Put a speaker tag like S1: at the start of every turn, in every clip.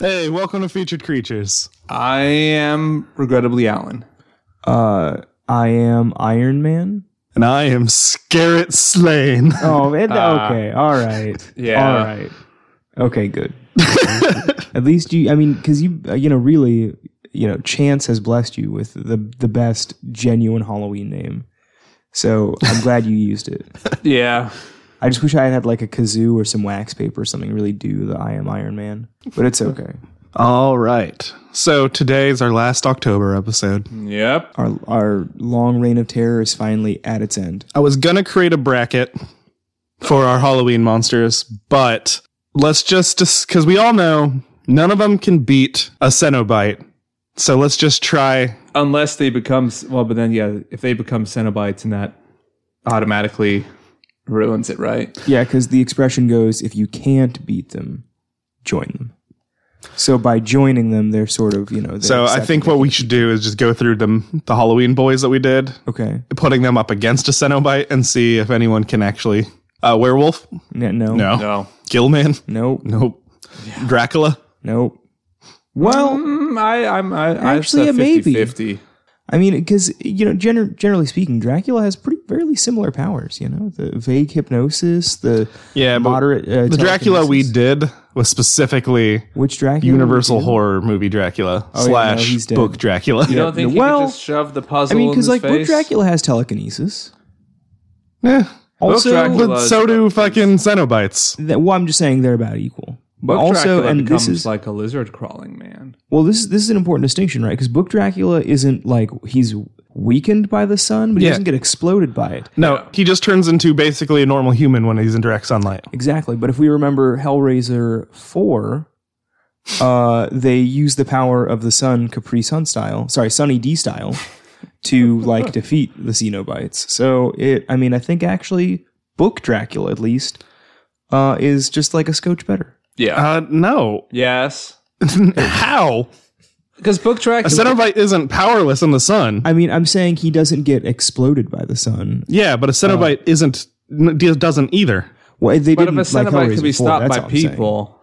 S1: Hey, welcome to Featured Creatures.
S2: I am regrettably Alan.
S3: Uh, I am Iron Man.
S1: And I am Scarrett Slain.
S3: Oh, it, okay. All right.
S2: yeah.
S3: All right. Okay. Good. At least you. I mean, because you, uh, you know, really, you know, chance has blessed you with the the best genuine Halloween name. So I'm glad you used it.
S2: Yeah.
S3: I just wish I had had like a kazoo or some wax paper or something really do the I am Iron Man. But it's okay.
S1: All right. So today's our last October episode.
S2: Yep.
S3: Our our long reign of terror is finally at its end.
S1: I was going to create a bracket for our Halloween monsters, but let's just, because we all know none of them can beat a Cenobite. So let's just try.
S2: Unless they become well, but then yeah, if they become Cenobites, and that automatically ruins it, right?
S3: Yeah, because the expression goes, if you can't beat them, join them. So by joining them, they're sort of you know. they're
S1: So I think
S3: accepting
S1: what we should do is just go through them, the Halloween boys that we did,
S3: it. okay,
S1: putting them up against a Cenobite and see if anyone can actually. Uh, werewolf?
S3: N- no,
S1: No.
S2: No.
S1: Gillman?
S3: nope,
S1: Nope. Dracula?
S3: nope.
S2: Well, mm, I, I'm I,
S3: Actually,
S2: I
S3: it
S2: said
S3: may be.
S2: 50-50.
S3: I mean, because you know, gener- generally speaking, Dracula has pretty fairly similar powers. You know, the vague hypnosis, the
S1: Yeah, but
S3: moderate. Uh,
S1: The Dracula we
S3: telekinesis.
S1: did was specifically
S3: which Dracula?
S1: Universal
S3: we did?
S1: horror movie Dracula
S3: Oh, yeah, no,
S1: slash
S3: he's dead.
S1: book Dracula.
S2: You don't think he
S3: Well,
S2: could just shove the
S3: I
S2: puzzle?
S3: mean,
S2: because
S3: because like Book Dracula has telekinesis.
S1: Eh,
S3: Also,
S2: Dracula-
S1: but so do fucking Cenobites.
S3: that, well, I'm just saying they're about equal. But also, and this is
S2: like a lizard crawling man.
S3: Well, this is this is an important distinction, right? Because Book Dracula isn't like he's weakened by the sun, but he
S1: Yeah.
S3: doesn't get exploded by it.
S1: No, he just turns into basically a normal human when he's in direct sunlight.
S3: Exactly. But if we remember Hellraiser four, uh, they use the power of the sun, Capri Sun style, sorry, Sunny D style, to like defeat the Xenobites. So it, I mean, I think actually Book Dracula at least uh, is just like a scotch better.
S2: Yeah.
S1: Uh, no.
S2: yes.
S1: How?
S2: Because book
S1: A
S2: Dracula.
S1: Cenobite isn't powerless in the sun.
S3: I mean, I'm saying he doesn't get exploded by the sun.
S1: yeah, but a Cenobite
S3: Uh.
S1: isn't n- d- doesn't either.
S3: Well, they
S2: but if
S3: didn't
S2: a
S3: like
S2: Cenobite
S3: Hellraiser
S2: could be
S3: before,
S2: stopped
S3: that's
S2: by
S3: all I'm saying.
S2: people,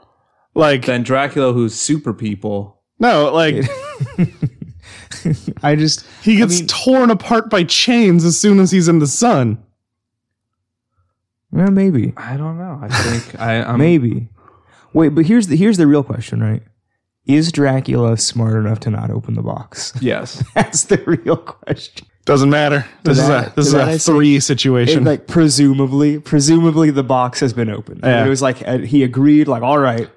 S1: Like
S2: then Dracula, who's super people,
S1: no, like
S3: I just
S1: he gets
S3: mean-
S1: torn apart by chains as soon as he's in the sun.
S3: Well, maybe,
S2: I don't know. I think I, I'm.
S3: maybe. Wait, but here's the here's the real question, right? Is Dracula smart enough to not open the box?
S2: Yes.
S3: That's the real question.
S1: Doesn't matter. This is a
S3: that-
S1: this
S3: to
S1: is
S3: that
S1: a
S3: I say-
S1: three
S3: It,
S1: situation.
S3: like presumably, presumably the box has been opened.
S1: Yeah.
S3: It was like uh, he agreed, like, all right,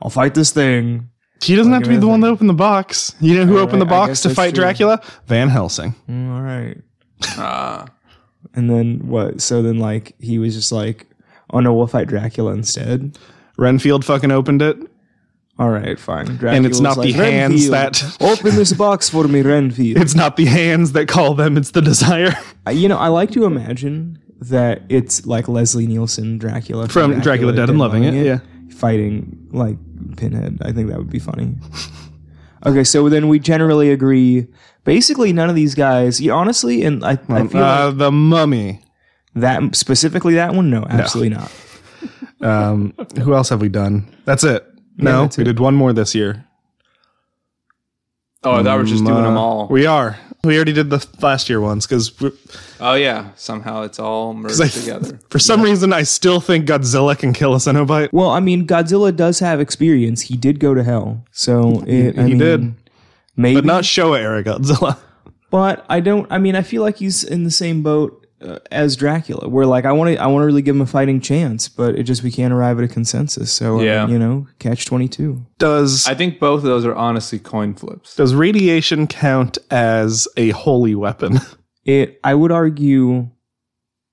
S3: I'll fight this thing.
S1: He doesn't have to be the one that opened the box. You know who opened the
S3: I
S1: box
S3: guess
S1: to
S3: that's
S1: fight
S3: true.
S1: Dracula? Van Helsing.
S3: Mm, all right.
S1: Ah.
S2: Uh,
S3: And then what? So then, like, he was just like, oh no, we'll fight Dracula instead.
S1: Renfield fucking opened it.
S3: All right, fine. Dracula
S1: And it's not
S3: was
S1: the
S3: like,
S1: hands
S3: "Renfield,
S1: that
S3: open this box for me, Renfield.
S1: it's not the hands that call them, it's the desire
S3: I- You know, I like to imagine that it's like Leslie Nielsen Dracula
S1: from Dracula, Dead and Loving It. Yeah.
S3: fighting like Pinhead. I think that would be funny. okay, so then we generally agree. Basically, none of these guys. Yeah, honestly, and I, I feel
S1: Uh, the mummy.
S3: like that specifically that one. No, absolutely not.
S1: Um, who else have we done? That's it. No,
S3: that's
S1: we did one more this year. Uh,
S2: oh, that we're just doing them all.
S1: Um, We are. We already did the last year ones because
S2: oh yeah. Somehow it's all merged together.
S1: for some reason I still think Godzilla can kill a Cenobite.
S3: Well, I mean, Godzilla does have experience. He did go to hell, so it, I
S1: He
S3: mean,
S1: did.
S3: Maybe,
S1: But not Showa era Godzilla.
S3: But I don't. I mean, I feel like he's in the same boat uh, as Dracula, where like I want to, I want to really give him a fighting chance, but it just we can't arrive at a consensus. So yeah.
S2: Yeah.
S3: you know, catch twenty two.
S1: Does
S2: I think both of those are honestly coin flips.
S1: Does radiation count as a holy weapon?
S3: It. I would argue,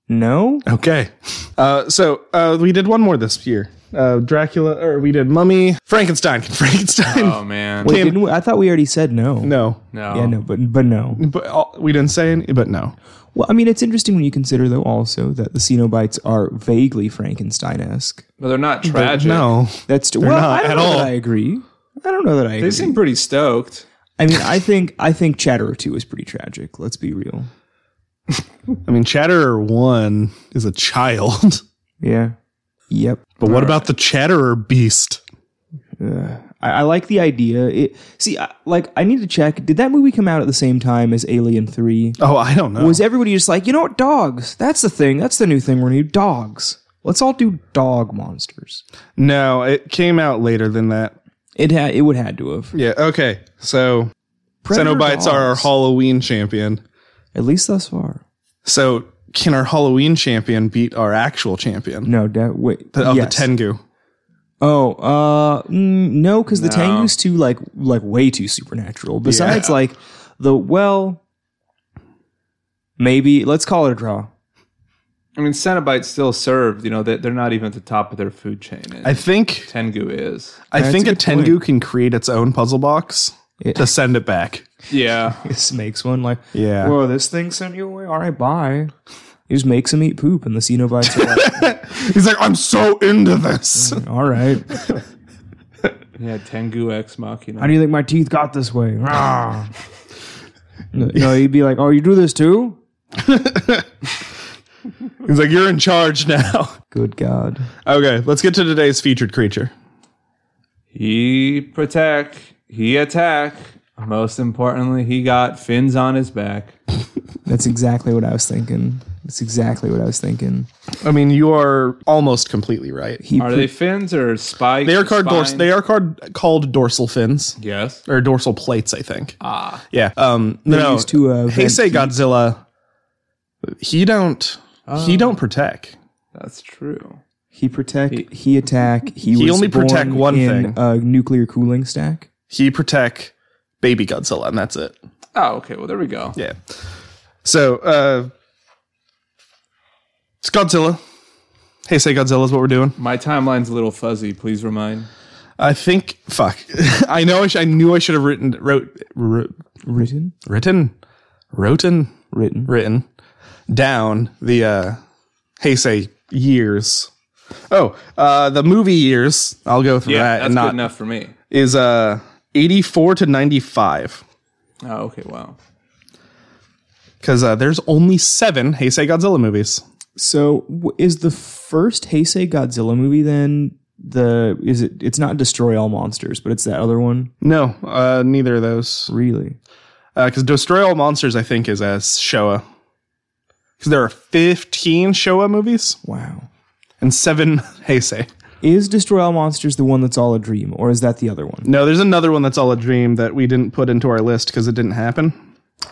S3: no.
S1: Okay. Uh, so uh, we did one more this year. Uh, Dracula, or we did Mummy, Frankenstein. Can Frankenstein?
S2: Oh man.
S3: Wait,
S1: Tim-
S3: didn't we, I thought we already said no.
S1: no,
S2: no.
S3: Yeah, no, but but no.
S1: but all, we didn't say any. But no,
S3: Well, I mean, it's interesting when you consider though also that the Cenobites are vaguely Frankenstein esque.
S2: But they're not tragic.
S1: no.
S3: That's t- well,
S1: not
S3: I don't
S1: at
S3: know
S1: all.
S3: that I agree. I don't know that I.
S2: They
S3: Agree.
S2: seem pretty stoked.
S3: I mean, I think I think Chatterer Two is pretty tragic. Let's be real.
S1: I mean, Chatterer One is a child,
S3: Yeah. Yep.
S1: but what about the Chatterer Beast?
S3: Uh, I, I like the idea. It, see, I, like I need to check. Did that movie come out at the same time as Alien Three?
S1: Oh, I don't know.
S3: Was everybody just like, you know what, dogs? That's the thing. That's the new thing. We're new dogs. Let's all do dog monsters.
S1: no, it came out later than that.
S3: It had. It would had to have.
S1: Yeah. Okay. So
S3: Predator
S1: Cenobites are our
S3: dogs.
S1: Halloween champion.
S3: At least thus far.
S1: So can our Halloween champion beat our actual champion
S3: No, da- wait.
S1: of
S3: yes.
S1: the Tengu?
S3: Oh, uh, mm, no, because the Tengu's too like like way too supernatural. Besides, like the well, maybe let's call it a draw.
S2: I mean, Cenobites still served. You know, they, they're not even at the top of their food chain. And
S1: I think
S2: Tengu is.
S1: I
S3: That's
S1: think
S3: a
S1: a
S3: good
S1: Tengu can create its own puzzle box
S3: Yeah.
S1: to send it back.
S2: Yeah.
S3: This makes one like,
S1: Yeah.
S3: whoa, this thing sent you away. All right, bye. He just makes him eat poop, and the Cenobites are like,
S1: He's like, I'm so into this.
S3: all right.
S2: Yeah, Tengu Ex Machina.
S3: How do you think my teeth got this way? Rah. no, no, he'd be like, oh, you do this too? Mm-hmm.
S1: He's like, you're in charge now.
S3: Good God.
S1: okay, let's get to today's featured creature.
S2: He protect. He attack. Most importantly, he got fins on his back.
S3: That's exactly what I was thinking. That's exactly what I was thinking.
S1: I mean, you are almost completely right.
S3: He
S2: Are they fins or spikes?
S1: They are
S2: or
S1: called dors-
S2: spines?
S1: they are called called dorsal fins
S2: Yes.
S1: or dorsal plates, I think. Ah, yeah. Um, no,
S3: used to, uh,
S1: Heisei
S3: vent heat.
S1: Godzilla. He don't.
S3: Oh.
S1: he don't protect.
S2: That's true.
S3: He protect. He, attack. He, was
S1: only
S3: born
S1: protect one thing.
S3: in A nuclear cooling stack.
S1: He protect baby Godzilla, and that's it.
S2: Oh, okay. Well, there we go.
S1: Yeah. So, uh, it's Godzilla. Heisei Godzilla is what we're doing.
S2: My timeline's a little fuzzy. Please remind.
S1: I think. Fuck. I know. I, sh- I knew I should have written. Wrote. wrote
S3: Written.
S1: written. Written.
S3: Written.
S1: written down the uh Heisei years. Oh, uh the movie years, I'll go through
S2: Yeah,
S1: that
S2: that's
S1: and
S2: good
S1: not
S2: enough for me.
S1: is uh 84 to 95
S2: Oh, okay. Wow.
S1: cuz uh, there's only 7 Heisei Godzilla movies.
S3: So w- is the first Heisei Godzilla movie then the is it? It's not Destroy All Monsters, but it's that other one.
S1: No, uh neither of those.
S3: Really?
S1: Uh cuz Destroy All Monsters I think is as Showa. Cuz there are 15 Showa movies
S3: Wow.
S1: and 7 Heisei.
S3: Is Destroy All Monsters the one that's all a dream, or is that the other one?
S1: No, there's another one that's all a dream that we didn't put into our list cuz it didn't happen.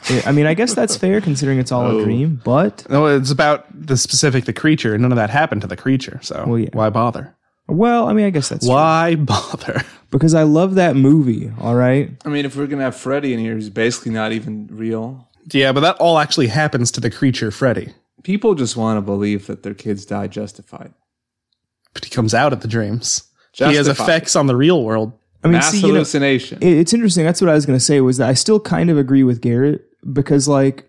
S3: I- I mean, I guess that's fair considering it's all a dream, but
S1: No, it's about the specific the creature. None of that happened to the creature, so
S3: yeah.
S1: why bother?
S3: well, I mean, I guess that's true.
S1: Why bother?
S3: because I love that movie. All right,
S2: I mean, if we're gonna have Freddy in here, who's basically not even real.
S1: Yeah, but that all actually happens to the creature Freddy.
S2: People just want to believe that their kids die justified.
S1: But he comes out at the dreams. He has
S2: Justified.
S1: effects on the real world.
S3: I mean,
S2: Mass
S3: see, you know,
S2: hallucination.
S3: it- it's interesting. That's what I was going to say was that I still kind of agree with Garrett because like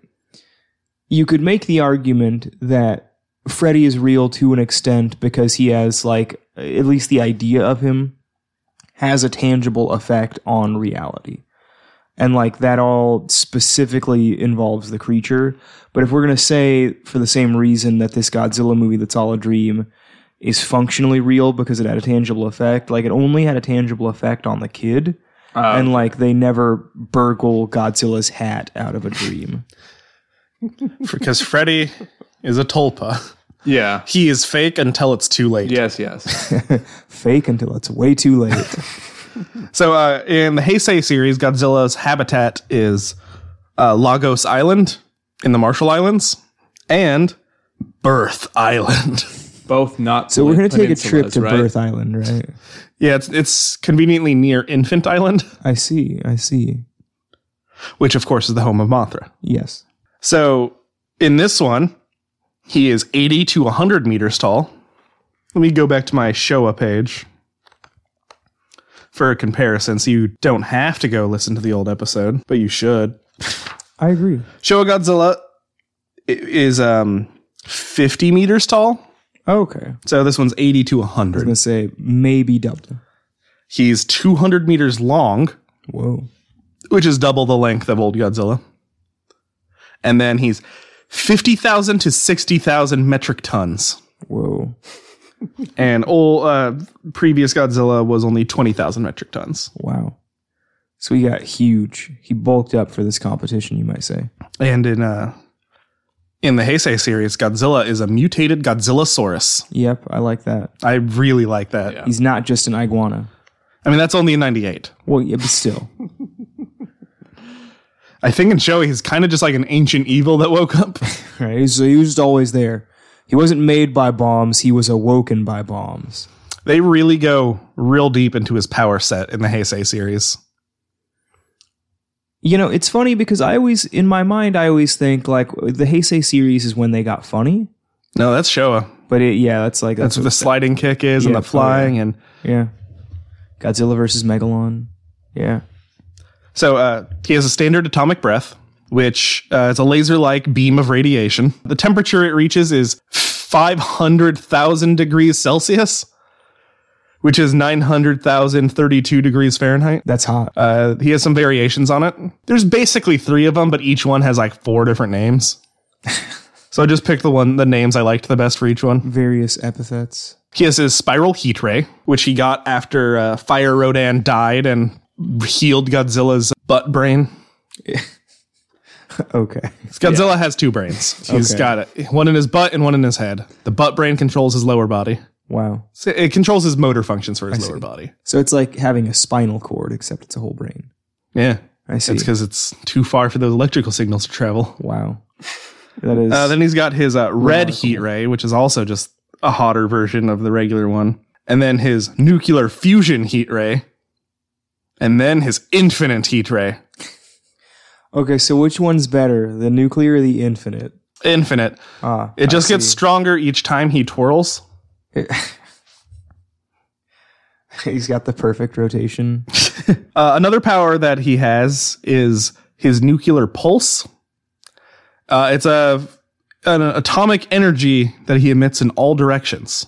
S3: you could make the argument that Freddy is real to an extent because he has like at least the idea of him has a tangible effect on reality. And like that all specifically involves the creature. But if we're going to say for the same reason that this Godzilla movie that's all a dream is functionally real because it had a tangible effect, like it only had a tangible effect on the kid
S2: Uh,
S3: and like they never burgle Godzilla's hat out of a dream.
S1: Because Freddy is a tulpa.
S2: yeah.
S1: He is fake until it's too late.
S2: Yes. Yes.
S3: Fake until it's way too late.
S1: So uh, in the Heisei series, Godzilla's habitat is uh, Lagos Island in the Marshall Islands and Birth Island.
S2: Both not.
S3: So we're gonna take a trip to Birth Island, right?
S1: yeah, it's, it's conveniently near Infant Island.
S3: I see. I see.
S1: which of course is the home of Mothra.
S3: Yes.
S1: So in this one, he is 80 to 100 meters tall. Let me go back to my Showa page for a comparison so you don't have to go listen to the old episode, but you should.
S3: I agree.
S1: Showa Godzilla i- is um 50 meters tall.
S3: Okay. I was
S1: So this one's 80 to
S3: gonna
S1: 100.
S3: say maybe double.
S1: He's 200 meters long,
S3: Whoa.
S1: which is double the length of old Godzilla. And then he's 50,000 to 60,000 metric tons.
S3: Whoa.
S1: and all uh, previous Godzilla was only twenty thousand metric tons.
S3: Wow. So he got huge. He bulked up for this competition, you might say.
S1: And in uh, in the Heisei series, Godzilla is a mutated Godzillasaurus.
S3: Yep, I like that.
S1: I really like that.
S2: Yeah.
S3: He's not just an iguana.
S1: I mean, that's only in '98.
S3: Well, yeah, but still.
S1: I think in Shoei, he's kind of just like an ancient evil that woke up.
S3: Right? He's, he was just always there. He wasn't made by bombs. He was awoken by bombs.
S1: they really go real deep into his power set in the Heisei series.
S3: You know, it's funny because I always, in my mind, I always think like the Heisei series is when they got funny.
S1: No, that's Showa.
S3: But it, yeah, that's like
S1: That's
S3: that's,
S1: what the sliding kick is and
S3: Yeah,
S1: the flying and
S3: yeah. Godzilla versus Megalon. Yeah.
S1: So uh, he has a standard atomic breath, which uh, is a laser like beam of radiation. The temperature it reaches is 500,000 degrees Celsius, which is 900,032 degrees Fahrenheit.
S3: That's hot.
S1: Uh, he has some variations on it. There's basically three of them, but each one has like four different names. so I just picked the one, the names I liked the best for each one.
S3: Various epithets.
S1: He has his spiral heat ray, which he got after uh, Fire Rodan died and healed Godzilla's butt brain.
S3: Okay.
S1: Godzilla has two brains. He's
S3: Okay.
S1: got it. one in his butt and one in his head. The butt brain controls his lower body.
S3: Wow.
S1: So It controls his motor functions for his lower body.
S3: So it's like having a spinal cord, except it's a whole brain.
S1: Yeah.
S3: I see.
S1: It's because it's too far for those electrical signals to travel.
S3: Wow. That is.
S1: Uh, then he's got his uh, red heat ray, which is also just a hotter version of the regular one. And then his nuclear fusion heat ray. And then his infinite heat ray.
S3: okay, so which one's better, the nuclear or the infinite?
S1: Infinite.
S3: Ah,
S1: It just gets stronger each time he twirls.
S3: he's got the perfect rotation.
S1: Uh, another power that he has is his nuclear pulse. Uh, it's a an atomic energy that he emits in all directions.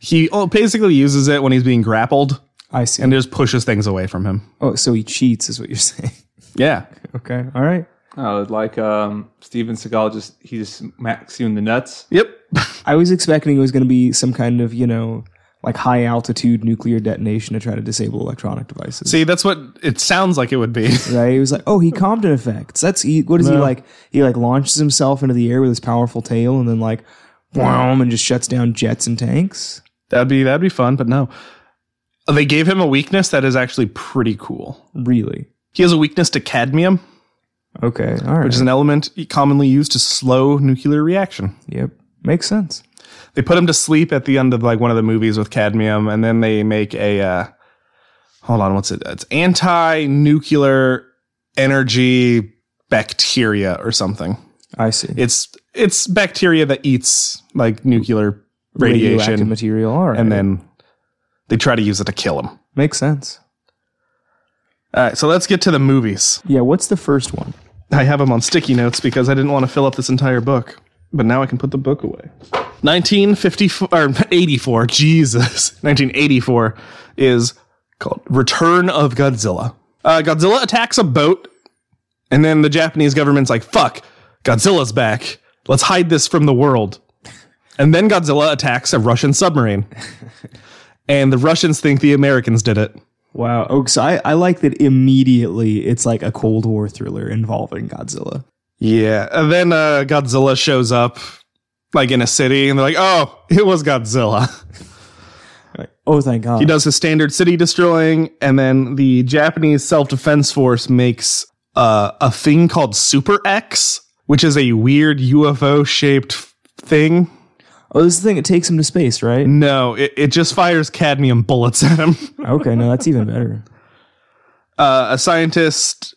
S1: he oh, basically uses it when he's being grappled
S3: I see.
S1: and just pushes things away from him.
S3: oh, so he cheats, is what you're saying?
S1: Yeah.
S3: okay, all right.
S2: Oh, like um, Steven Seagal just he just smacks you in the nuts.
S1: Yep.
S3: I was expecting it was going to be some kind of you know like high altitude nuclear detonation to try to disable electronic devices.
S1: See, that's what it sounds like it would be.
S3: Right? He was like, oh, he Compton effects. That's he, what is he
S1: No.
S3: like? He like launches himself into the air with his powerful tail, and then like, boom, and just shuts down jets and tanks.
S1: that'd be that'd be fun, but no. They gave him a weakness that is actually pretty cool.
S3: Really?
S1: He has a weakness to cadmium,
S3: Okay. All right.
S1: which is an element commonly used to slow nuclear reaction.
S3: yep. Makes sense.
S1: they put him to sleep at the end of like one of the movies with cadmium and then they make a uh hold on what's it it's anti-nuclear energy bacteria or something
S3: I see.
S1: it's it's bacteria that eats like nuclear
S3: Radioactive
S1: radiation
S3: material. All right.
S1: and then they try to use it to kill him all
S3: makes sense.
S1: right so let's get to the movies
S3: Yeah. What's the first one?
S1: i have them on sticky notes because i didn't want to fill up this entire book but now i can put the book away 1954 or 84 jesus 1984 is called return of godzilla uh, godzilla attacks a boat and then the japanese government's like fuck godzilla's back let's hide this from the world and then godzilla attacks a russian submarine and the russians think the americans did it
S3: Wow. Oh, so I, I like that immediately it's like a Cold War thriller involving Godzilla.
S1: yeah and then uh, godzilla shows up like in a city and they're like oh it was godzilla
S3: Oh, thank God.
S1: He does his standard city destroying, and then the Japanese Self Defense Force makes uh, a thing called Super X, which is a weird UFO shaped thing.
S3: oh, this is the thing. It takes him to space, right?
S1: No, it, it just fires cadmium bullets at him.
S3: okay. No, that's even better.
S1: Uh, a scientist,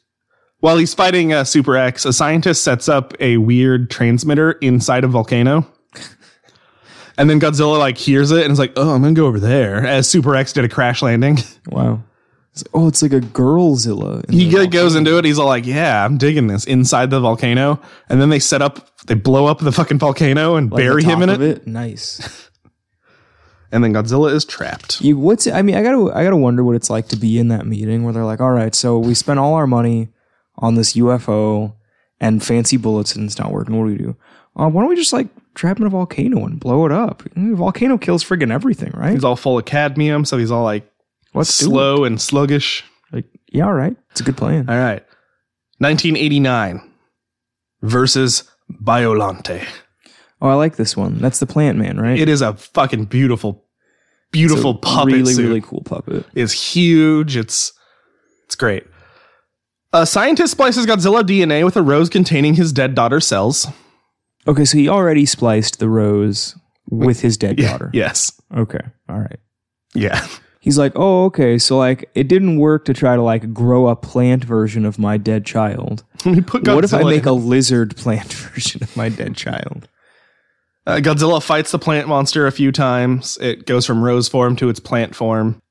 S1: while he's fighting uh, Super X, a scientist sets up a weird transmitter inside a volcano. And then Godzilla like hears it and is like, "Oh, I'm gonna go over there." As Super X did a crash landing,
S3: Wow. It's- oh, it's like a girlzilla. in
S1: he
S3: the-
S1: go- goes into it. He's all like, "Yeah, I'm digging this." Inside the volcano, and then they set up, they blow up the fucking volcano and
S3: like the
S1: bury him
S3: top
S1: in it,
S3: of Nice.
S1: and then Godzilla is trapped.
S3: You, what's it, I mean, I gotta I gotta wonder what it's like to be in that meeting where they're like, all right, so we spent all our money on this UFO and fancy bullets and it's not working. What do we do? uh, why don't we just like trap in a volcano and blow it up? Mm, Volcano kills friggin' everything, right?
S1: He's all full of cadmium, so he's all like
S3: Let's do it.
S1: slow and sluggish.
S3: Like, yeah, all right. It's a good plan.
S1: All right. 1989 versus Biolante.
S3: Oh, I like this one. That's the plant man, right?
S1: It is a fucking beautiful,
S3: It's a
S1: beautiful puppet
S3: Really,
S1: suit.
S3: really cool puppet.
S1: It's huge. It's it's great. A scientist splices Godzilla DNA with a rose containing his dead daughter's cells.
S3: Okay, so he already spliced the rose with his dead
S1: Yeah,
S3: daughter.
S1: Yes.
S3: Okay. All right.
S1: Yeah.
S3: He's like, oh, okay. So like, it didn't work to try to like grow a plant version of my dead child.
S1: We put Godzilla
S3: what if I make
S1: in.
S3: a lizard plant version of my dead child?
S1: Uh, Godzilla fights the plant monster a few times. It goes from rose form to its plant form.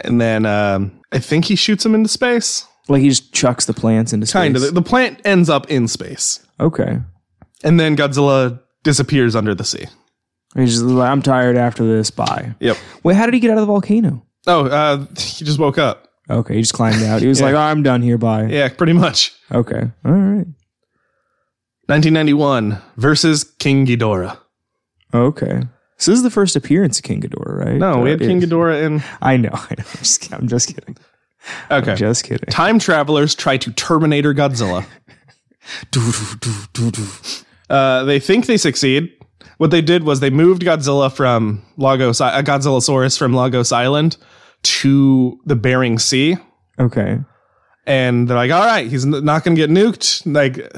S1: And then um, I think he shoots him into space.
S3: Like he just chucks the plants into space.
S1: Kind of. The- The plant ends up in space.
S3: Okay.
S1: And then Godzilla disappears under the sea.
S3: He's just like, I'm tired after this. Bye.
S1: Yep.
S3: Wait, how did he get out of the volcano?
S1: Oh, uh, he just woke up.
S3: Okay, he just climbed out. He was like, oh, I'm done here. Bye.
S1: Yeah, pretty much.
S3: Okay. All right.
S1: 1991 versus King Ghidorah.
S3: Okay. So this is the first appearance of King Ghidorah, right?
S1: No, Oh, we had
S3: Or
S1: King
S3: is-
S1: Ghidorah in.
S3: I know. I know. I'm just kidding. I'm just kidding.
S1: Okay.
S3: Just kidding.
S1: Time travelers try to Terminator Godzilla. Uh, they think they succeed. What they did was they moved Godzilla from Lagos, uh, Godzillasaurus from Lagos Island to the Bering Sea,
S3: Okay.
S1: and they're like, "All right, he's n- not going to get nuked." Like,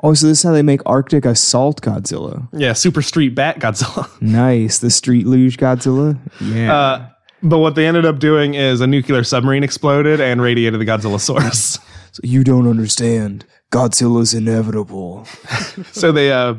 S3: Oh, so this is how they make Arctic Assault Godzilla.
S1: yeah, Super Street Bat Godzilla.
S3: Nice. The Street Luge Godzilla. Yeah.
S1: Uh, but what they ended up doing is a nuclear submarine exploded and radiated the Godzillasaurus.
S3: So you don't understand. Godzilla's inevitable.
S1: so they uh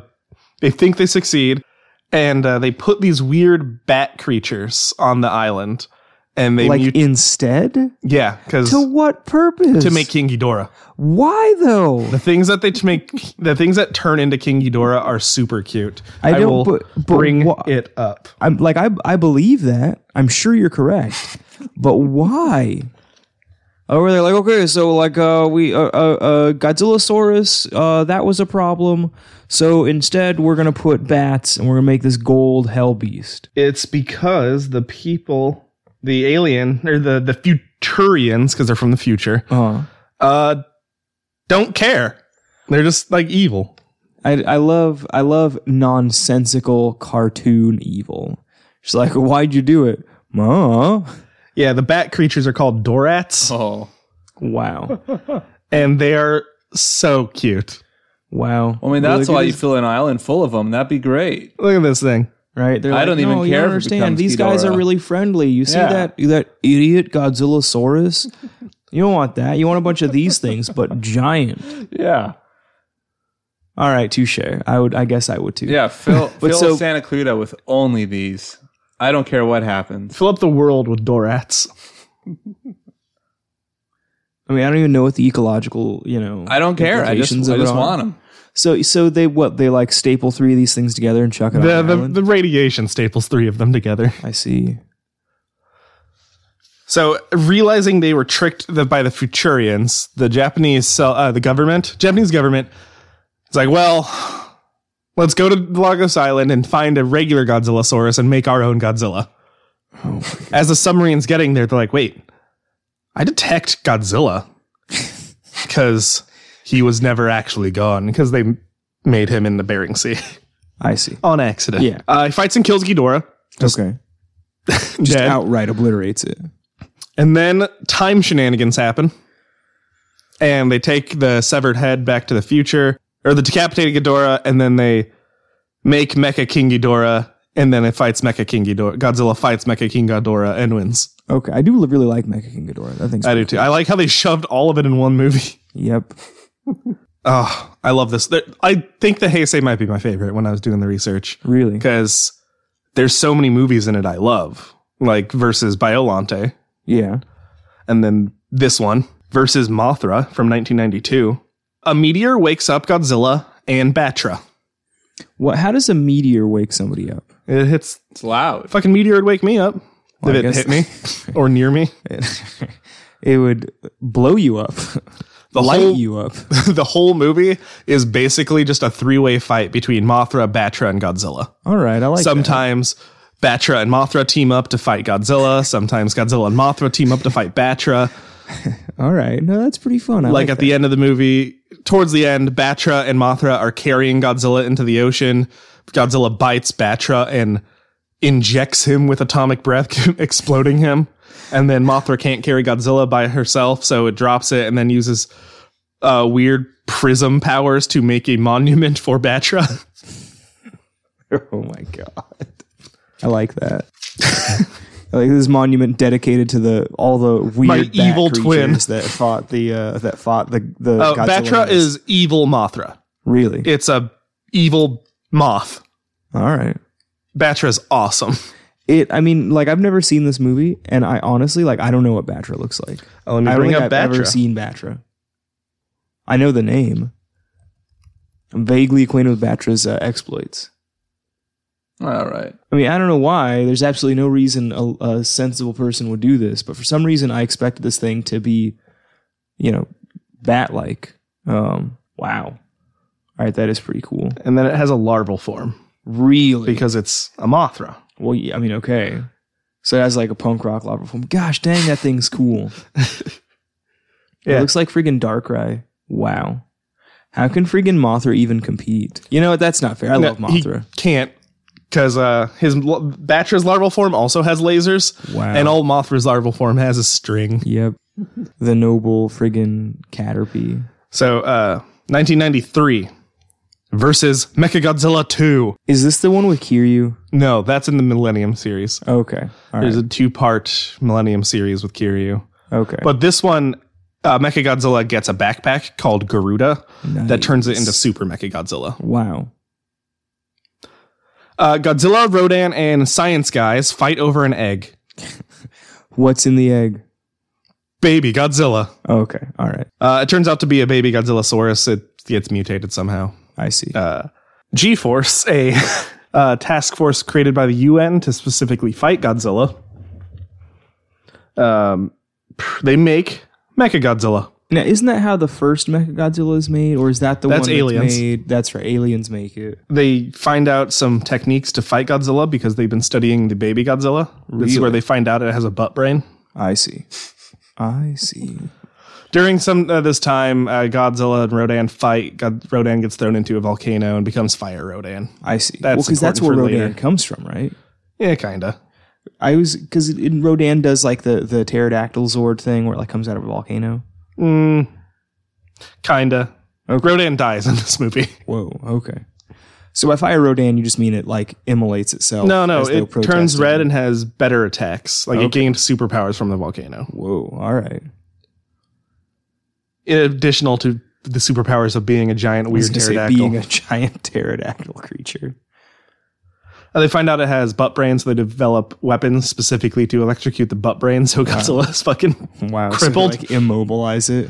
S1: they think they succeed and uh, they put these weird bat creatures on the island and they
S3: Like
S1: mut-
S3: instead?
S1: yeah because
S3: To what purpose?
S1: to make King Ghidorah.
S3: Why though?
S1: The things that they to make the things that turn into King Ghidorah are super cute.
S3: I don't-
S1: will
S3: but- but
S1: bring
S3: wha-
S1: it up.
S3: I'm like I I believe that. I'm sure you're correct. but why? Over there, like okay, so like uh, we uh, uh, uh, Godzillasaurus, uh, that was a problem. So instead, we're gonna put bats, and we're gonna make this gold hell beast.
S1: It's because the people, the alien or the the Futurians, because they're from the future,
S3: Uh,
S1: uh, don't care. They're just like evil.
S3: I I love I love nonsensical cartoon evil. She's like, why'd you do it, Ma?
S1: Yeah, the bat creatures are called Dorats.
S2: Oh.
S3: Wow,
S1: and they are so cute.
S3: wow.
S2: I mean, that's
S3: Really
S2: why
S3: good.
S2: you fill an island full of them. That'd be great.
S1: Look at this thing.
S3: right? They're
S2: I don't even
S3: you
S2: care if it
S3: understand.
S2: becomes
S3: These guys are
S2: Ghidorah."
S3: really friendly. You see
S2: Yeah.
S3: that that idiot Godzillasaurus? you don't want that. You want a bunch of these things, but giant.
S2: Yeah.
S3: All right, touche. I would. I guess I would too.
S2: Yeah. Fill, fill
S3: so-
S2: Santa Cluda with only these. I don't care what happens.
S1: Fill up the world with Dorats.
S3: I mean, I don't even know what the ecological, you know.
S2: I don't care. I just,
S3: implications
S2: I
S3: of it
S2: just
S3: are.
S2: want them.
S3: So, so they what? They like staple three of these things together and chuck it
S1: The,
S3: on the,
S1: the, the radiation staples three of them together.
S3: I see.
S1: So, realizing they were tricked the, by the Futurians, the Japanese, cell, uh, the government, Japanese government, it's like, well, let's go to Lagos Island and find a regular Godzillasaurus and make our own Godzilla. As the submarine's getting there, they're like, wait, I detect Godzilla because he was never actually gone because they made him in the Bering Sea
S3: I see.
S1: on accident.
S3: Yeah.
S1: Uh, he fights and kills Ghidorah.
S3: okay.
S1: Just
S3: Just outright obliterates it.
S1: And then time shenanigans happen. And they take the severed head back to the future, or the decapitated Ghidorah, and then they make Mecha King Ghidorah, and then it fights Mecha King Ghidorah. Godzilla fights Mecha King Ghidorah and wins.
S3: Okay, I do li- really like Mecha King Ghidorah. That thing's
S1: I do too. I like how they shoved all of it in one movie.
S3: yep.
S1: Oh, I love this. There- I think the Heisei might be my favorite when I was doing the research
S3: Really.
S1: because there's so many movies in it I love, like versus Biolante.
S3: Yeah.
S1: and then this one versus Mothra from 1992. A meteor wakes up Godzilla and Batra.
S3: What? How does a meteor wake somebody up?
S1: It hits
S2: It's loud.
S1: fucking meteor would wake me up
S3: Well,
S1: if
S3: I
S1: it
S3: guess-
S1: hit me or near me.
S3: it would blow you up.
S1: The
S3: light
S1: whole,
S3: you up.
S1: the whole movie is basically just a three way fight between Mothra, Batra, and Godzilla.
S3: All right, I like that.
S1: Sometimes Batra and Mothra team up to fight Godzilla. Sometimes Godzilla and Mothra team up to fight Batra.
S3: All right, no, that's pretty fun. I
S1: Like
S3: like,
S1: at the end of the movie, towards the end, Batra and Mothra are carrying Godzilla into the ocean. Godzilla bites Batra and injects him with atomic breath, exploding him. And then Mothra can't carry Godzilla by herself, so it drops it and then uses uh, weird prism powers to make a monument for Batra.
S3: that. Oh my god, I like that. I like this monument dedicated to the all the weird
S1: My
S3: bat
S1: evil twin.
S3: creatures that fought the uh, that fought the the
S1: Uh,
S3: Godzilla
S1: Batra
S3: menace.
S1: is evil Mothra.
S3: really
S1: It's a evil moth.
S3: all right.
S1: Batra's awesome.
S3: It. I mean, like I've never seen this movie, and I honestly like I don't know what Batra looks like.
S1: Oh, let
S3: I
S1: me
S3: don't
S1: bring
S3: think
S1: up
S3: I've ever
S1: Batra.
S3: seen Batra. I know the name. I'm vaguely acquainted with Batra's uh, exploits.
S2: All right.
S3: I mean, I don't know why. There's absolutely no reason a, a sensible person would do this, but for some reason, I expected this thing to be, you know, bat-like. Um, wow. All right, that is pretty cool.
S1: and then it has a larval form
S3: Really?
S1: because it's a Mothra.
S3: Well, yeah, I mean, okay. So it has like a punk rock lava form. Gosh, dang, that thing's cool. It
S1: Yeah.
S3: looks like friggin' Darkrai. Wow. How can friggin' Mothra even compete? You know what? That's not fair. I love
S1: No, he
S3: Mothra.
S1: can't because uh, his l- Batra's larval form also has lasers,
S3: wow.
S1: and all Mothra's larval form has is string.
S3: Yep. The noble friggin' Caterpie.
S1: So, uh, 1993 versus Mechagodzilla 2.
S3: Is this the one with Kiryu?
S1: No, that's in the Millennium series.
S3: Okay. All right.
S1: There's a two-part Millennium series with Kiryu.
S3: Okay.
S1: But this one, uh, Mechagodzilla gets a backpack called Garuda that
S3: Nice.
S1: turns it into Super Mechagodzilla.
S3: wow.
S1: Uh, Godzilla, Rodan, and Science Guys fight over an egg.
S3: What's in the egg?
S1: Baby Godzilla.
S3: Okay. All right.
S1: Uh, it turns out to be a baby Godzillasaurus. It gets mutated somehow.
S3: I see.
S1: Uh, G Force, a uh, task force created by the UN to specifically fight Godzilla, um, they make Mechagodzilla.
S3: now, isn't that how the first Mechagodzilla is made, or is that the
S1: That's
S3: one
S1: Aliens.
S3: that's made? That's for aliens make it.
S1: they find out some techniques to fight Godzilla because they've been studying the baby Godzilla. This is where they find out it has a butt brain.
S3: I see. I see.
S1: During some uh, this time, uh, Godzilla and Rodan fight. God, Rodan gets thrown into a volcano and becomes Fire Rodan.
S3: I see.
S1: That's
S3: well, because that's where
S1: important for
S3: Rodan
S1: later.
S3: comes from, right?
S1: Yeah, kinda.
S3: I was because Rodan does like the the pterodactyl Zord thing where it like comes out of a volcano.
S1: Kinda. Rodan dies in this movie.
S3: Whoa. Okay. So by fire Rodan, you just mean it like immolates itself.
S1: No, no,
S3: as though
S1: it turns
S3: protesting.
S1: red and has better attacks. Like it gained superpowers from the volcano,
S3: Whoa. All right.
S1: in additional to the superpowers of being a giant
S3: I was
S1: weird
S3: gonna say
S1: pterodactyl.
S3: being a giant pterodactyl creature.
S1: Uh, they find out it has butt brain, so they develop weapons specifically to electrocute the butt brain. So Godzilla is fucking
S3: Wow.
S1: Crippled.
S3: So to, like immobilize it.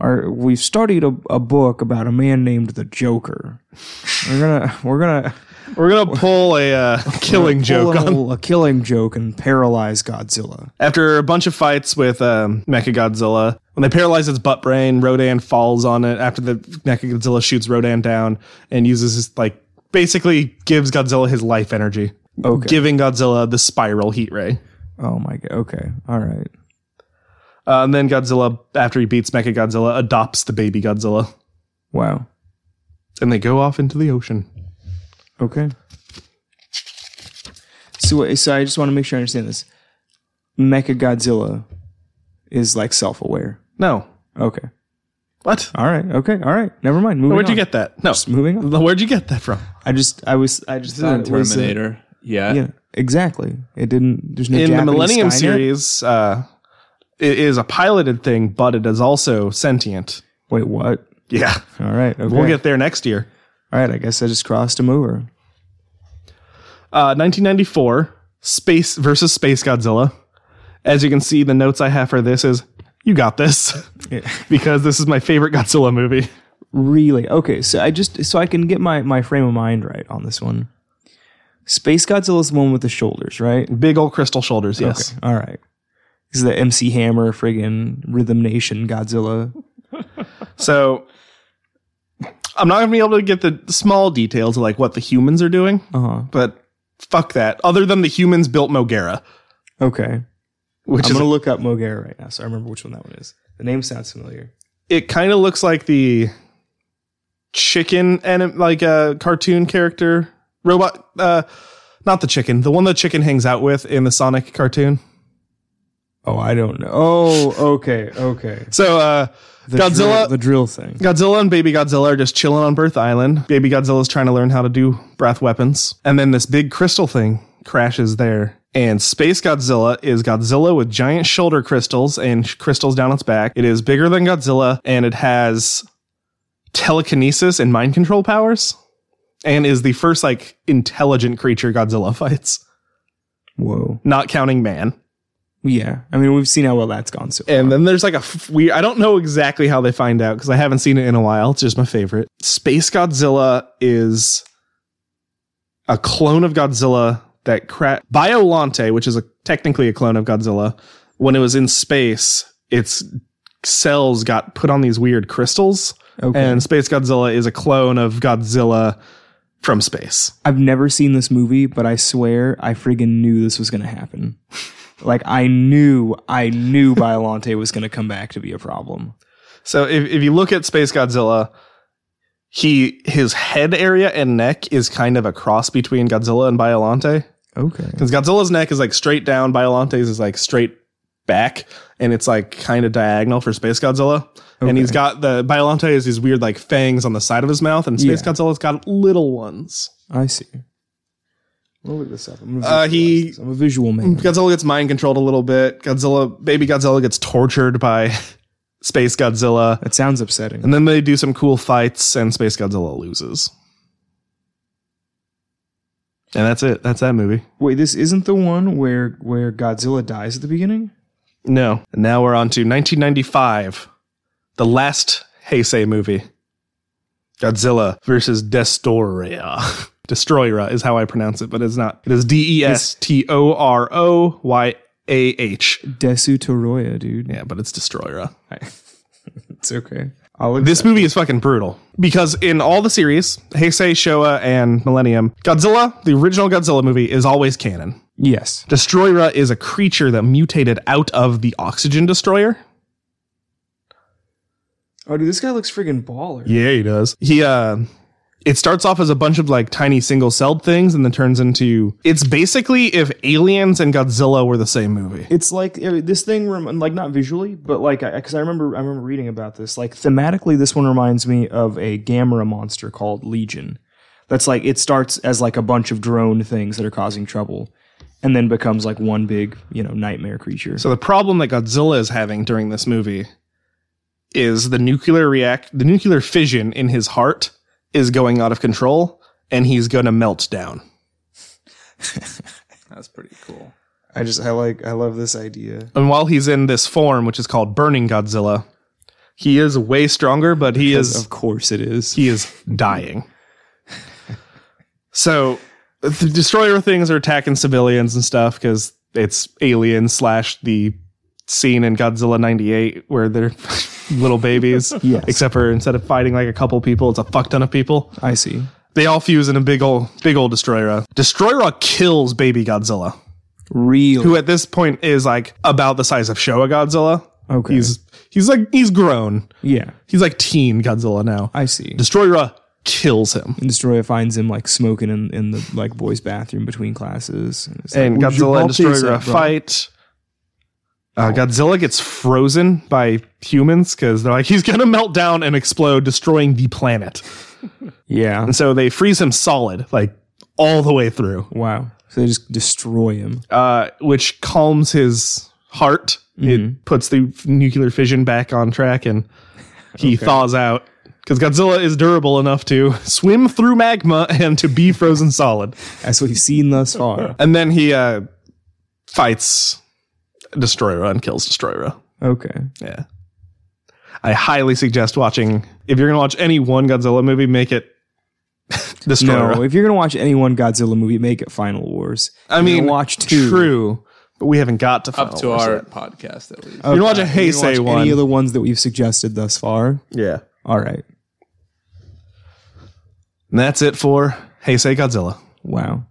S3: Or we've studied a, a book about a man named the Joker. We're gonna we're gonna
S1: We're gonna pull a uh, killing
S3: pull
S1: joke
S3: a,
S1: on.
S3: Oh, a killing joke and paralyze Godzilla.
S1: After a bunch of fights with um, Mechagodzilla, when they paralyze its butt brain, Rodan falls on it. After the Mechagodzilla shoots Rodan down and uses his like basically gives Godzilla his life energy,
S3: Okay.
S1: giving Godzilla the spiral heat ray.
S3: Oh my god. Okay. All right.
S1: Uh, and then Godzilla, after he beats Mechagodzilla, adopts the baby Godzilla,
S3: Wow.
S1: and they go off into the ocean.
S3: Okay. So, wait, so I just want to make sure I understand this. Mecha Godzilla is like self-aware.
S1: No,
S3: Okay.
S1: what?
S3: All right. Okay. All right. Never mind. Moving
S1: Where'd you
S3: on.
S1: get that? No,
S3: Moving on.
S1: where'd you get that from?
S3: I just. I was. I just.
S2: This isn't
S3: thought it was, uh,
S2: Terminator. yeah.
S3: yeah. Exactly. It didn't. There's no.
S1: in the
S3: Japanese
S1: Millennium
S3: Skynet?
S1: series, uh, it is a piloted thing, but it is also sentient.
S3: Wait. What?
S1: Yeah,
S3: All right. Okay.
S1: we'll get there next year.
S3: All right. I guess I just crossed him over.
S1: Uh, 1994, Space versus Space Godzilla. As you can see, the notes I have for this is you got this because this is my favorite Godzilla movie.
S3: Really? Okay, so I just so I can get my my frame of mind right on this one. Space Godzilla's the one with the shoulders, right?
S1: Big old crystal shoulders. Yes,
S3: Okay, all right. This is the MC Hammer friggin' Rhythm Nation Godzilla.
S1: So I'm not gonna be able to get the small details of like what the humans are doing,
S3: Uh huh.
S1: but fuck that. Other than the humans built Mogera,
S3: Okay.
S1: which
S3: I'm
S1: is
S3: gonna look up Mogera right now, so I remember which one that one is. The name sounds familiar.
S1: it kind of looks like the chicken and like a cartoon character robot uh not the chicken, the one the chicken hangs out with in the Sonic cartoon.
S3: Oh, I don't know. Oh, okay, okay.
S1: So uh
S3: The
S1: Godzilla-
S3: drill, the drill thing.
S1: Godzilla and Baby Godzilla are just chilling on Birth Island. Baby Godzilla's trying to learn how to do breath weapons. And then this big crystal thing crashes there. And Space Godzilla is Godzilla with giant shoulder crystals and sh- crystals down its back. It is bigger than Godzilla and it has telekinesis and mind control powers and is the first like intelligent creature Godzilla fights,
S3: Whoa.
S1: not counting man.
S3: Yeah. I mean, we've seen how well that's gone so.
S1: And then there's like a f- we I don't know exactly how they find out because I haven't seen it in a while. It's just my favorite. Space Godzilla is a clone of Godzilla that cra- Biolante, which is a technically a clone of Godzilla, when it was in space, its cells got put on these weird crystals,
S3: Okay.
S1: and Space Godzilla is a clone of Godzilla from space.
S3: I've never seen this movie, but I swear I friggin' knew this was gonna happen. Like I knew, I knew Biolante was gonna come back to be a problem.
S1: So if, if you look at Space Godzilla, he his head area and neck is kind of a cross between Godzilla and Biolante.
S3: Okay.
S1: Because Godzilla's neck is like straight down, Biolante's is like straight back, and it's like kind of diagonal for Space Godzilla. And
S3: Okay.
S1: he's got the Biolante is these weird like fangs on the side of his mouth, and Space
S3: Yeah.
S1: Godzilla's got little ones.
S3: I see. We'll look this up. I'm, gonna
S1: Uh, he-
S3: visualize this. I'm a visual man.
S1: Godzilla gets mind controlled a little bit. Godzilla, baby Godzilla gets tortured by Space Godzilla.
S3: That sounds upsetting.
S1: And then they do some cool fights, and Space Godzilla loses. And that's it. That's that movie.
S3: Wait, this isn't the one where where Godzilla dies at the beginning?
S1: No. And now we're on to 1995, the last Heisei movie Godzilla versus Destoria. Destroyera is how I pronounce it, but it's not. It is D E S T O R O Y A H.
S3: Desu Toroya, dude.
S1: Yeah, but it's Destroyera.
S3: It's okay. I'll look
S1: This movie is fucking brutal because in all the series, Heisei, Showa, and Millennium, Godzilla, the original Godzilla movie, is always canon.
S3: Yes.
S1: Destroyera is a creature that mutated out of the oxygen destroyer.
S3: Oh, dude, this guy looks friggin' baller.
S1: Yeah, he does. He uh it starts off as a bunch of like tiny single celled things and then turns into it's basically if aliens and Godzilla were the same movie.
S3: It's like uh, this thing, rem- like not visually, but like because I, remember, I remember reading about this. Like thematically, this one reminds me of a Gamera monster called Legion. That's like it starts as like a bunch of drone things that are causing trouble, and then becomes like one big, you know, nightmare creature.
S1: So the problem that Godzilla is having during this movie is the nuclear react the nuclear fission in his heart is going out of control and he's going to melt down.
S2: That's pretty cool.
S3: I just, I like, I love this idea.
S1: And while he's in this form which is called burning Godzilla, he is way stronger but he is
S3: Of course, it is.
S1: he is dying. so the destroyer things are attacking civilians and stuff because it's alien slash the scene in Godzilla '98 where they're little babies.
S3: Yes.
S1: Except for instead of fighting like a couple people, it's a fuck ton of people.
S3: I see.
S1: They all fuse in a big old big old destroyer. Destroyer kills baby Godzilla,
S3: Real.
S1: who at this point is like about the size of Showa Godzilla.
S3: okay.
S1: He's he's like he's grown.
S3: yeah,
S1: He's like teen Godzilla now.
S3: I see.
S1: Destroyer kills him.
S3: And Destroyer finds him like smoking in, in the like boys' bathroom between classes. And, it's like,
S1: and
S3: "Would you
S1: Godzilla and
S3: help yourself,
S1: Destroyer
S3: bro?"
S1: fight. Uh, Godzilla gets frozen by humans because they're like he's gonna melt down and explode, destroying the planet.
S3: Yeah.
S1: And so they freeze him solid, like all the way through,
S3: Wow. So they just destroy him.
S1: uh, which calms his heart. It puts the f- nuclear fission back on track, and he thaws out because Godzilla is durable enough to swim through magma and to be frozen solid.
S3: That's what we've seen thus far.
S1: And then he uh, fights Destroyer and kills Destroyer.
S3: Okay.
S1: Yeah. I highly suggest watching if you're gonna watch any one Godzilla movie, make it Destroyer.
S3: No, if you're gonna watch any one Godzilla movie, make it Final Wars.
S1: I
S3: If you're gonna
S1: mean
S3: watch two.
S1: True. but we haven't got to
S3: Oh,
S1: Final
S2: Up to
S1: Wars
S2: our
S1: yet.
S2: podcast at least.
S1: You can watch a
S3: Okay, you
S1: Heisei
S3: watch
S1: one.
S3: Any of the ones that we've suggested thus far.
S1: yeah.
S3: All right.
S1: And that's it for Heisei Godzilla.
S3: Wow.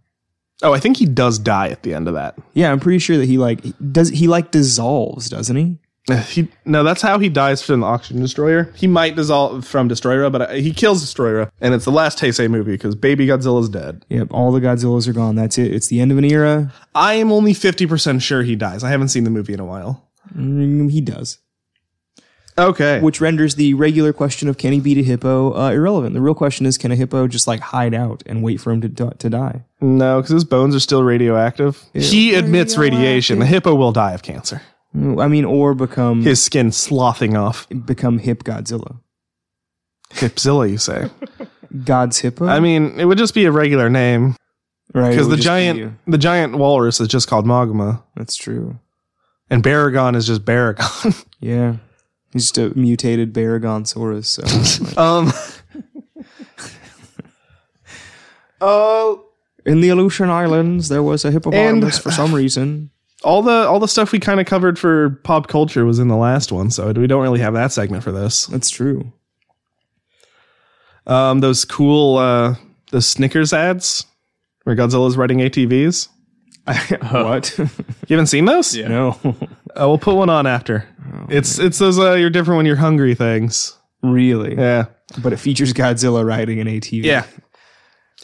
S1: Oh, I think he does die at the end of that.
S3: Yeah, I'm pretty sure that he like does he like dissolves, doesn't he?
S1: Uh, He no, that's how he dies from the oxygen destroyer. He might dissolve from Destroyera, but uh, he kills Destroyera, and it's the last Heisei movie because Baby Godzilla's dead.
S3: Yep, all the Godzillas are gone. That's it. It's the end of an era.
S1: I am only fifty percent sure he dies. I haven't seen the movie in a while.
S3: Mm, he does.
S1: Okay,
S3: Which renders the regular question of can he beat a hippo uh, irrelevant. The real question is can a hippo just like hide out and wait for him to, to, to die?
S1: no, because his bones are still radioactive. He admits radiation. The hippo will die of cancer.
S3: Mm, I mean, or become
S1: His skin slothing off.
S3: become hip Godzilla.
S1: Hipzilla, you say?
S3: God's hippo?
S1: I mean, it would just be a regular name
S3: right. it
S1: because
S3: would
S1: the
S3: just be
S1: giant
S3: you.
S1: the giant walrus is just called Magma,
S3: That's true.
S1: and Baragon is just Baragon.
S3: Yeah. He's just a mutated Baragonsaurus. So.
S1: um. Oh.
S3: In the Aleutian Islands, there was a hippopotamus
S1: And-
S3: for some reason.
S1: all the all the stuff we kind of covered for pop culture was in the last one, so we don't really have that segment for this.
S3: That's true.
S1: Um, those cool uh, the Snickers ads where Godzilla's riding ATVs.
S3: what?
S1: You haven't seen those?
S2: Yeah.
S3: no.
S1: Uh, we'll put one on after. it's it's those uh, you're different when you're hungry things.
S3: really?
S1: Yeah,
S3: But it features Godzilla riding an ATV.
S1: yeah.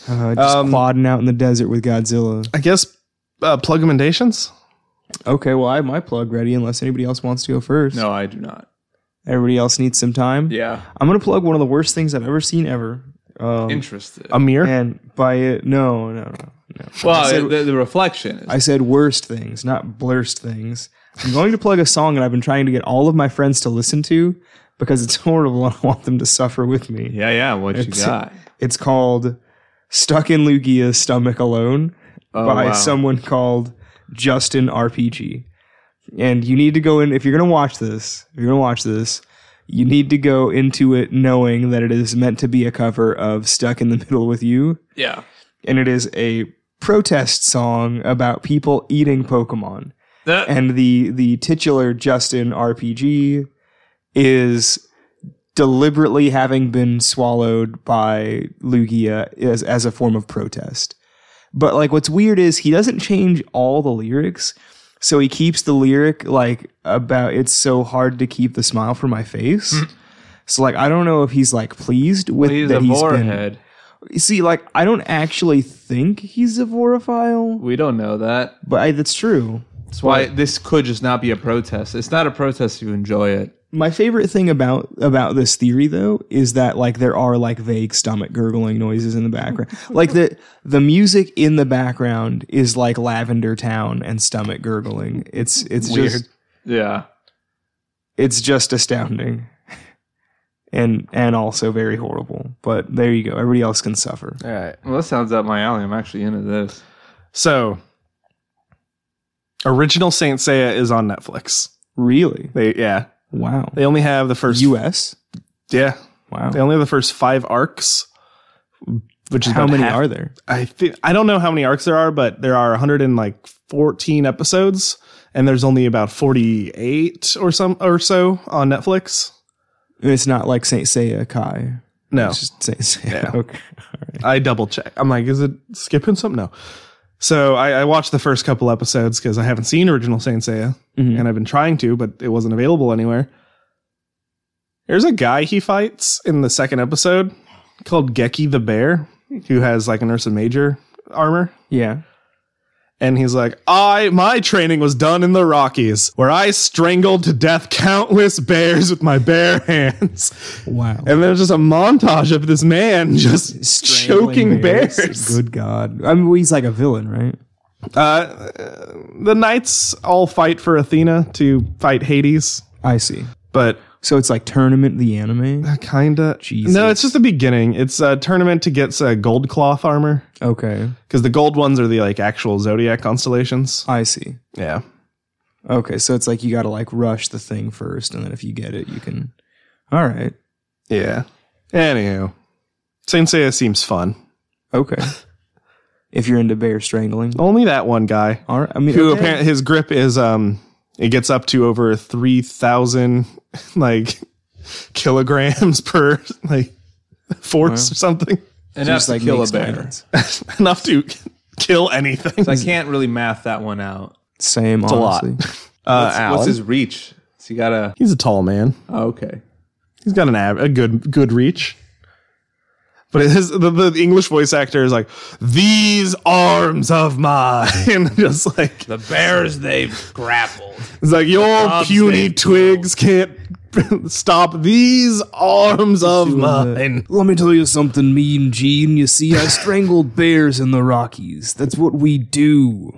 S1: Um,
S3: Uh, just plodding out in the desert with Godzilla.
S1: I guess uh, plug emendations.
S3: Okay, well, I have my plug ready unless anybody else wants to go first.
S2: No, I do not.
S3: Everybody else needs some time.
S2: Yeah.
S3: I'm going to plug one of the worst things I've ever seen ever. Um,
S2: Interested.
S1: Amir.
S3: and by it, no, no, no.
S2: well, the, the reflection is.
S3: I said worst things, not blurst things. I'm going to plug a song that I've been trying to get all of my friends to listen to because it's horrible and I want them to suffer with me.
S2: yeah, yeah. What you got?
S3: It's called Stuck in Lugia's Stomach Alone
S2: Oh,
S3: by
S2: wow.
S3: someone called Justin RPG. And you need to go in if you're gonna watch this, if you're gonna watch this, you need to go into it knowing that it is meant to be a cover of Stuck in the Middle with You
S2: Yeah.
S3: and it is a protest song about people eating Pokemon.
S2: Uh,
S3: And the the titular Justin RPG is deliberately having been swallowed by Lugia as as a form of protest. But like what's weird is he doesn't change all the lyrics. So he keeps the lyric like about it's so hard to keep the smile from my face. so like I don't know if he's like pleased with
S2: Hmm. he's a
S3: that he's been
S2: boarhead.
S3: See, like, I don't actually think he's a vorophile,
S2: We don't know that.
S3: but I, that's true.
S2: That's why this could just not be a protest. It's not a protest if you enjoy it.
S3: My favorite thing about about this theory, though, is that like there are like vague stomach gurgling noises in the background. like the the music in the background is like Lavender Town and stomach gurgling. It's it's just
S2: Yeah.
S3: it's just astounding, and and also very horrible. But there you go. Everybody else can suffer.
S1: All right.
S2: Well, that sounds up my alley. I'm actually into this.
S1: So, original Saint Seiya is on Netflix.
S3: Really?
S1: They yeah.
S3: Wow.
S1: They only have the first.
S3: U.S.
S1: yeah.
S3: Wow.
S1: They only have the first five arcs, which is
S3: How
S1: about
S3: many
S1: half-
S3: are there?
S1: I think I don't know how many arcs there are, but there are 114 episodes, and there's only about 48 or some or so on Netflix.
S3: It's not like Saint Seiya Kai.
S1: No,
S3: It's just Saint Seiya.
S1: Yeah.
S3: Okay. All right.
S1: I double check. I'm like, is it skipping something? No. So I, I watched the first couple episodes because I haven't seen original Saint Seiya,
S3: Mhm.
S1: and I've been trying to, but it wasn't available anywhere. There's a guy he fights in the second episode called Geki the Bear, who has like an Ursa Major armor.
S3: Yeah.
S1: And he's like, I my training was done in the Rockies, where I strangled to death countless bears with my bare hands.
S3: Wow.
S1: And there's just a montage of this man just choking bears.
S3: Good God. I mean, well, he's like a villain, right?
S1: Uh, the knights all fight for Athena to fight Hades,
S3: I see.
S1: but
S3: So it's like tournament the anime.
S1: kinda.
S3: Jesus.
S1: No, it's just the beginning. It's a tournament to get uh, gold cloth armor
S3: Okay.
S1: because the gold ones are the like actual zodiac constellations.
S3: I see.
S1: Yeah.
S3: Okay. So it's like you got to like rush the thing first, and then if you get it, you can. All right.
S1: Yeah. Anywho, Saint Seiya seems fun.
S3: Okay. if you're into bear strangling.
S1: Only that one guy
S3: All right. I mean,
S1: who
S3: okay.
S1: apparently his grip is um it gets up to over 3000 like kilograms per like force or something
S2: Enough
S3: just,
S2: to
S3: like,
S2: kill a
S3: makes
S2: bear.
S3: guidance.
S1: enough to kill anything.
S2: So I can't really math that one out.
S3: Same,
S1: a lot.
S3: honestly.
S1: uh,
S2: What's, what's his reach? So you gotta.
S1: He's a tall man.
S2: Oh, okay.
S1: He's got an ab- a good good reach. But it is, the, the English voice actor is like, "These arms of mine," just like
S4: The bears they've grappled.
S1: it's like your
S4: Arms
S1: puny
S4: they
S1: twigs can't stop these arms of mine.
S3: Let me tell you something, mean Gene. You see, I strangled bears in the Rockies. That's what we do.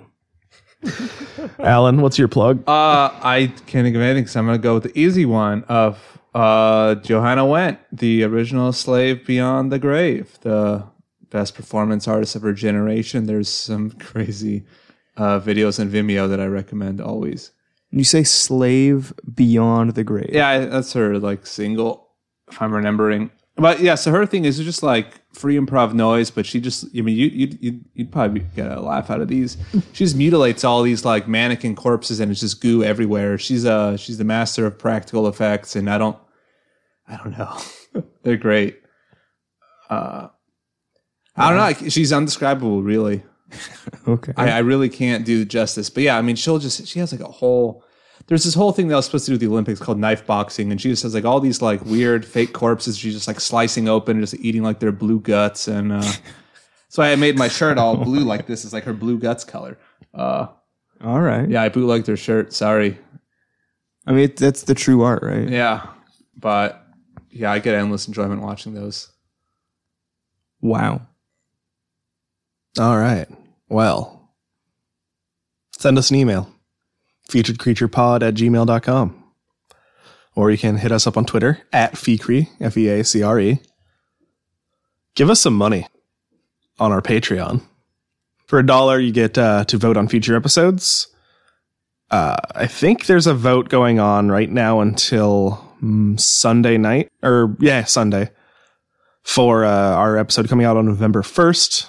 S1: Alan, what's your plug?
S2: Uh, I can't think of anything, so I'm gonna go with the easy one of uh, Johanna Wendt, the original slave beyond the grave, the best performance artist of her generation. There's some crazy uh, videos on Vimeo that I recommend always.
S3: You say slave beyond the grave.
S2: Yeah, I- that's her like single, if I'm remembering. But yeah, so her thing is just like free improv noise, but she just, I mean, you, you'd, you'd, you'd probably get a laugh out of these. She just mutilates all these like mannequin corpses and it's just goo everywhere. She's uh she's the master of practical effects and I don't, I don't know. They're great. Uh, I don't know. like, She's undescribable, really.
S3: Okay.
S2: I, I really can't do justice. But yeah, I mean, she'll just she has like a whole. There's this whole thing that I was supposed to do at the Olympics called knife boxing, and she just has like all these like weird fake corpses. She's just like slicing open and just eating like their blue guts, and uh, so I made my shirt all blue like this is like her blue guts color. Uh,
S3: All right.
S2: yeah, I bootlegged her shirt. Sorry.
S3: I mean, it, that's the true art, right?
S2: Yeah, but yeah, I get endless enjoyment watching those.
S3: Wow.
S1: All right. Well, send us an email featuredcreaturepod at gmail.com. Or you can hit us up on Twitter at FEACRE, F E A C R E. Give us some money on our Patreon. For a dollar, you get uh, to vote on future episodes. Uh, I think there's a vote going on right now until mm, Sunday night, or yeah, Sunday, for uh, our episode coming out on November 1st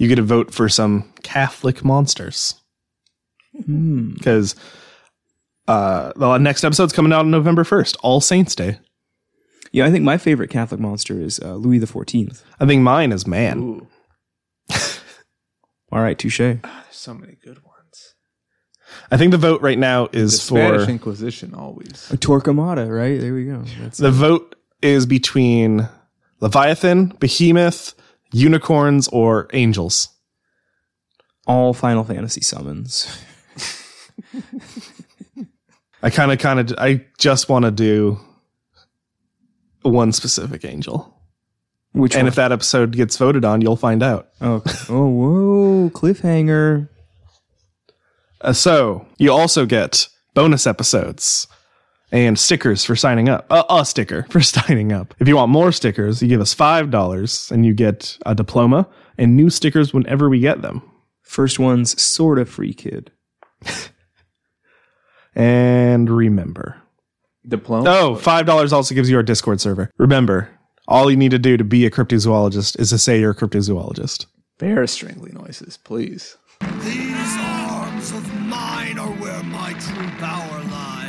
S1: you get to vote for some Catholic monsters
S3: Hmm.
S1: because uh, the next episode's coming out on November first, All Saints Day.
S3: Yeah, I think my favorite Catholic monster is uh, Louis the Fourteenth.
S1: I think mine is man.
S2: Ooh,
S3: All right, touche.
S2: there's so many good ones.
S1: I think the vote right now
S2: The
S1: is for
S2: Spanish Inquisition always.
S3: A Torquemada, right? There we go. That's
S1: the vote is between Leviathan, Behemoth, unicorns, or angels.
S3: all Final Fantasy summons.
S1: I kind of, kind of, I just want to do one specific angel,
S3: Which
S1: and
S3: one?
S1: if that episode gets voted on, you'll find out.
S3: oh, okay. oh, whoa, cliffhanger.
S1: Uh, so you also get bonus episodes and stickers for signing up. Uh, a sticker for signing up. If you want more stickers, you give us five dollars and you get a diploma and new stickers whenever we get them.
S3: First one's sort of free kid.
S1: And remember.
S2: Diploma.
S1: Oh, five dollars also gives you our Discord server. Remember, all you need to do to be a cryptozoologist is to say you're a cryptozoologist.
S2: Bear strangling noises, please.
S5: These arms of mine are where my true power lies.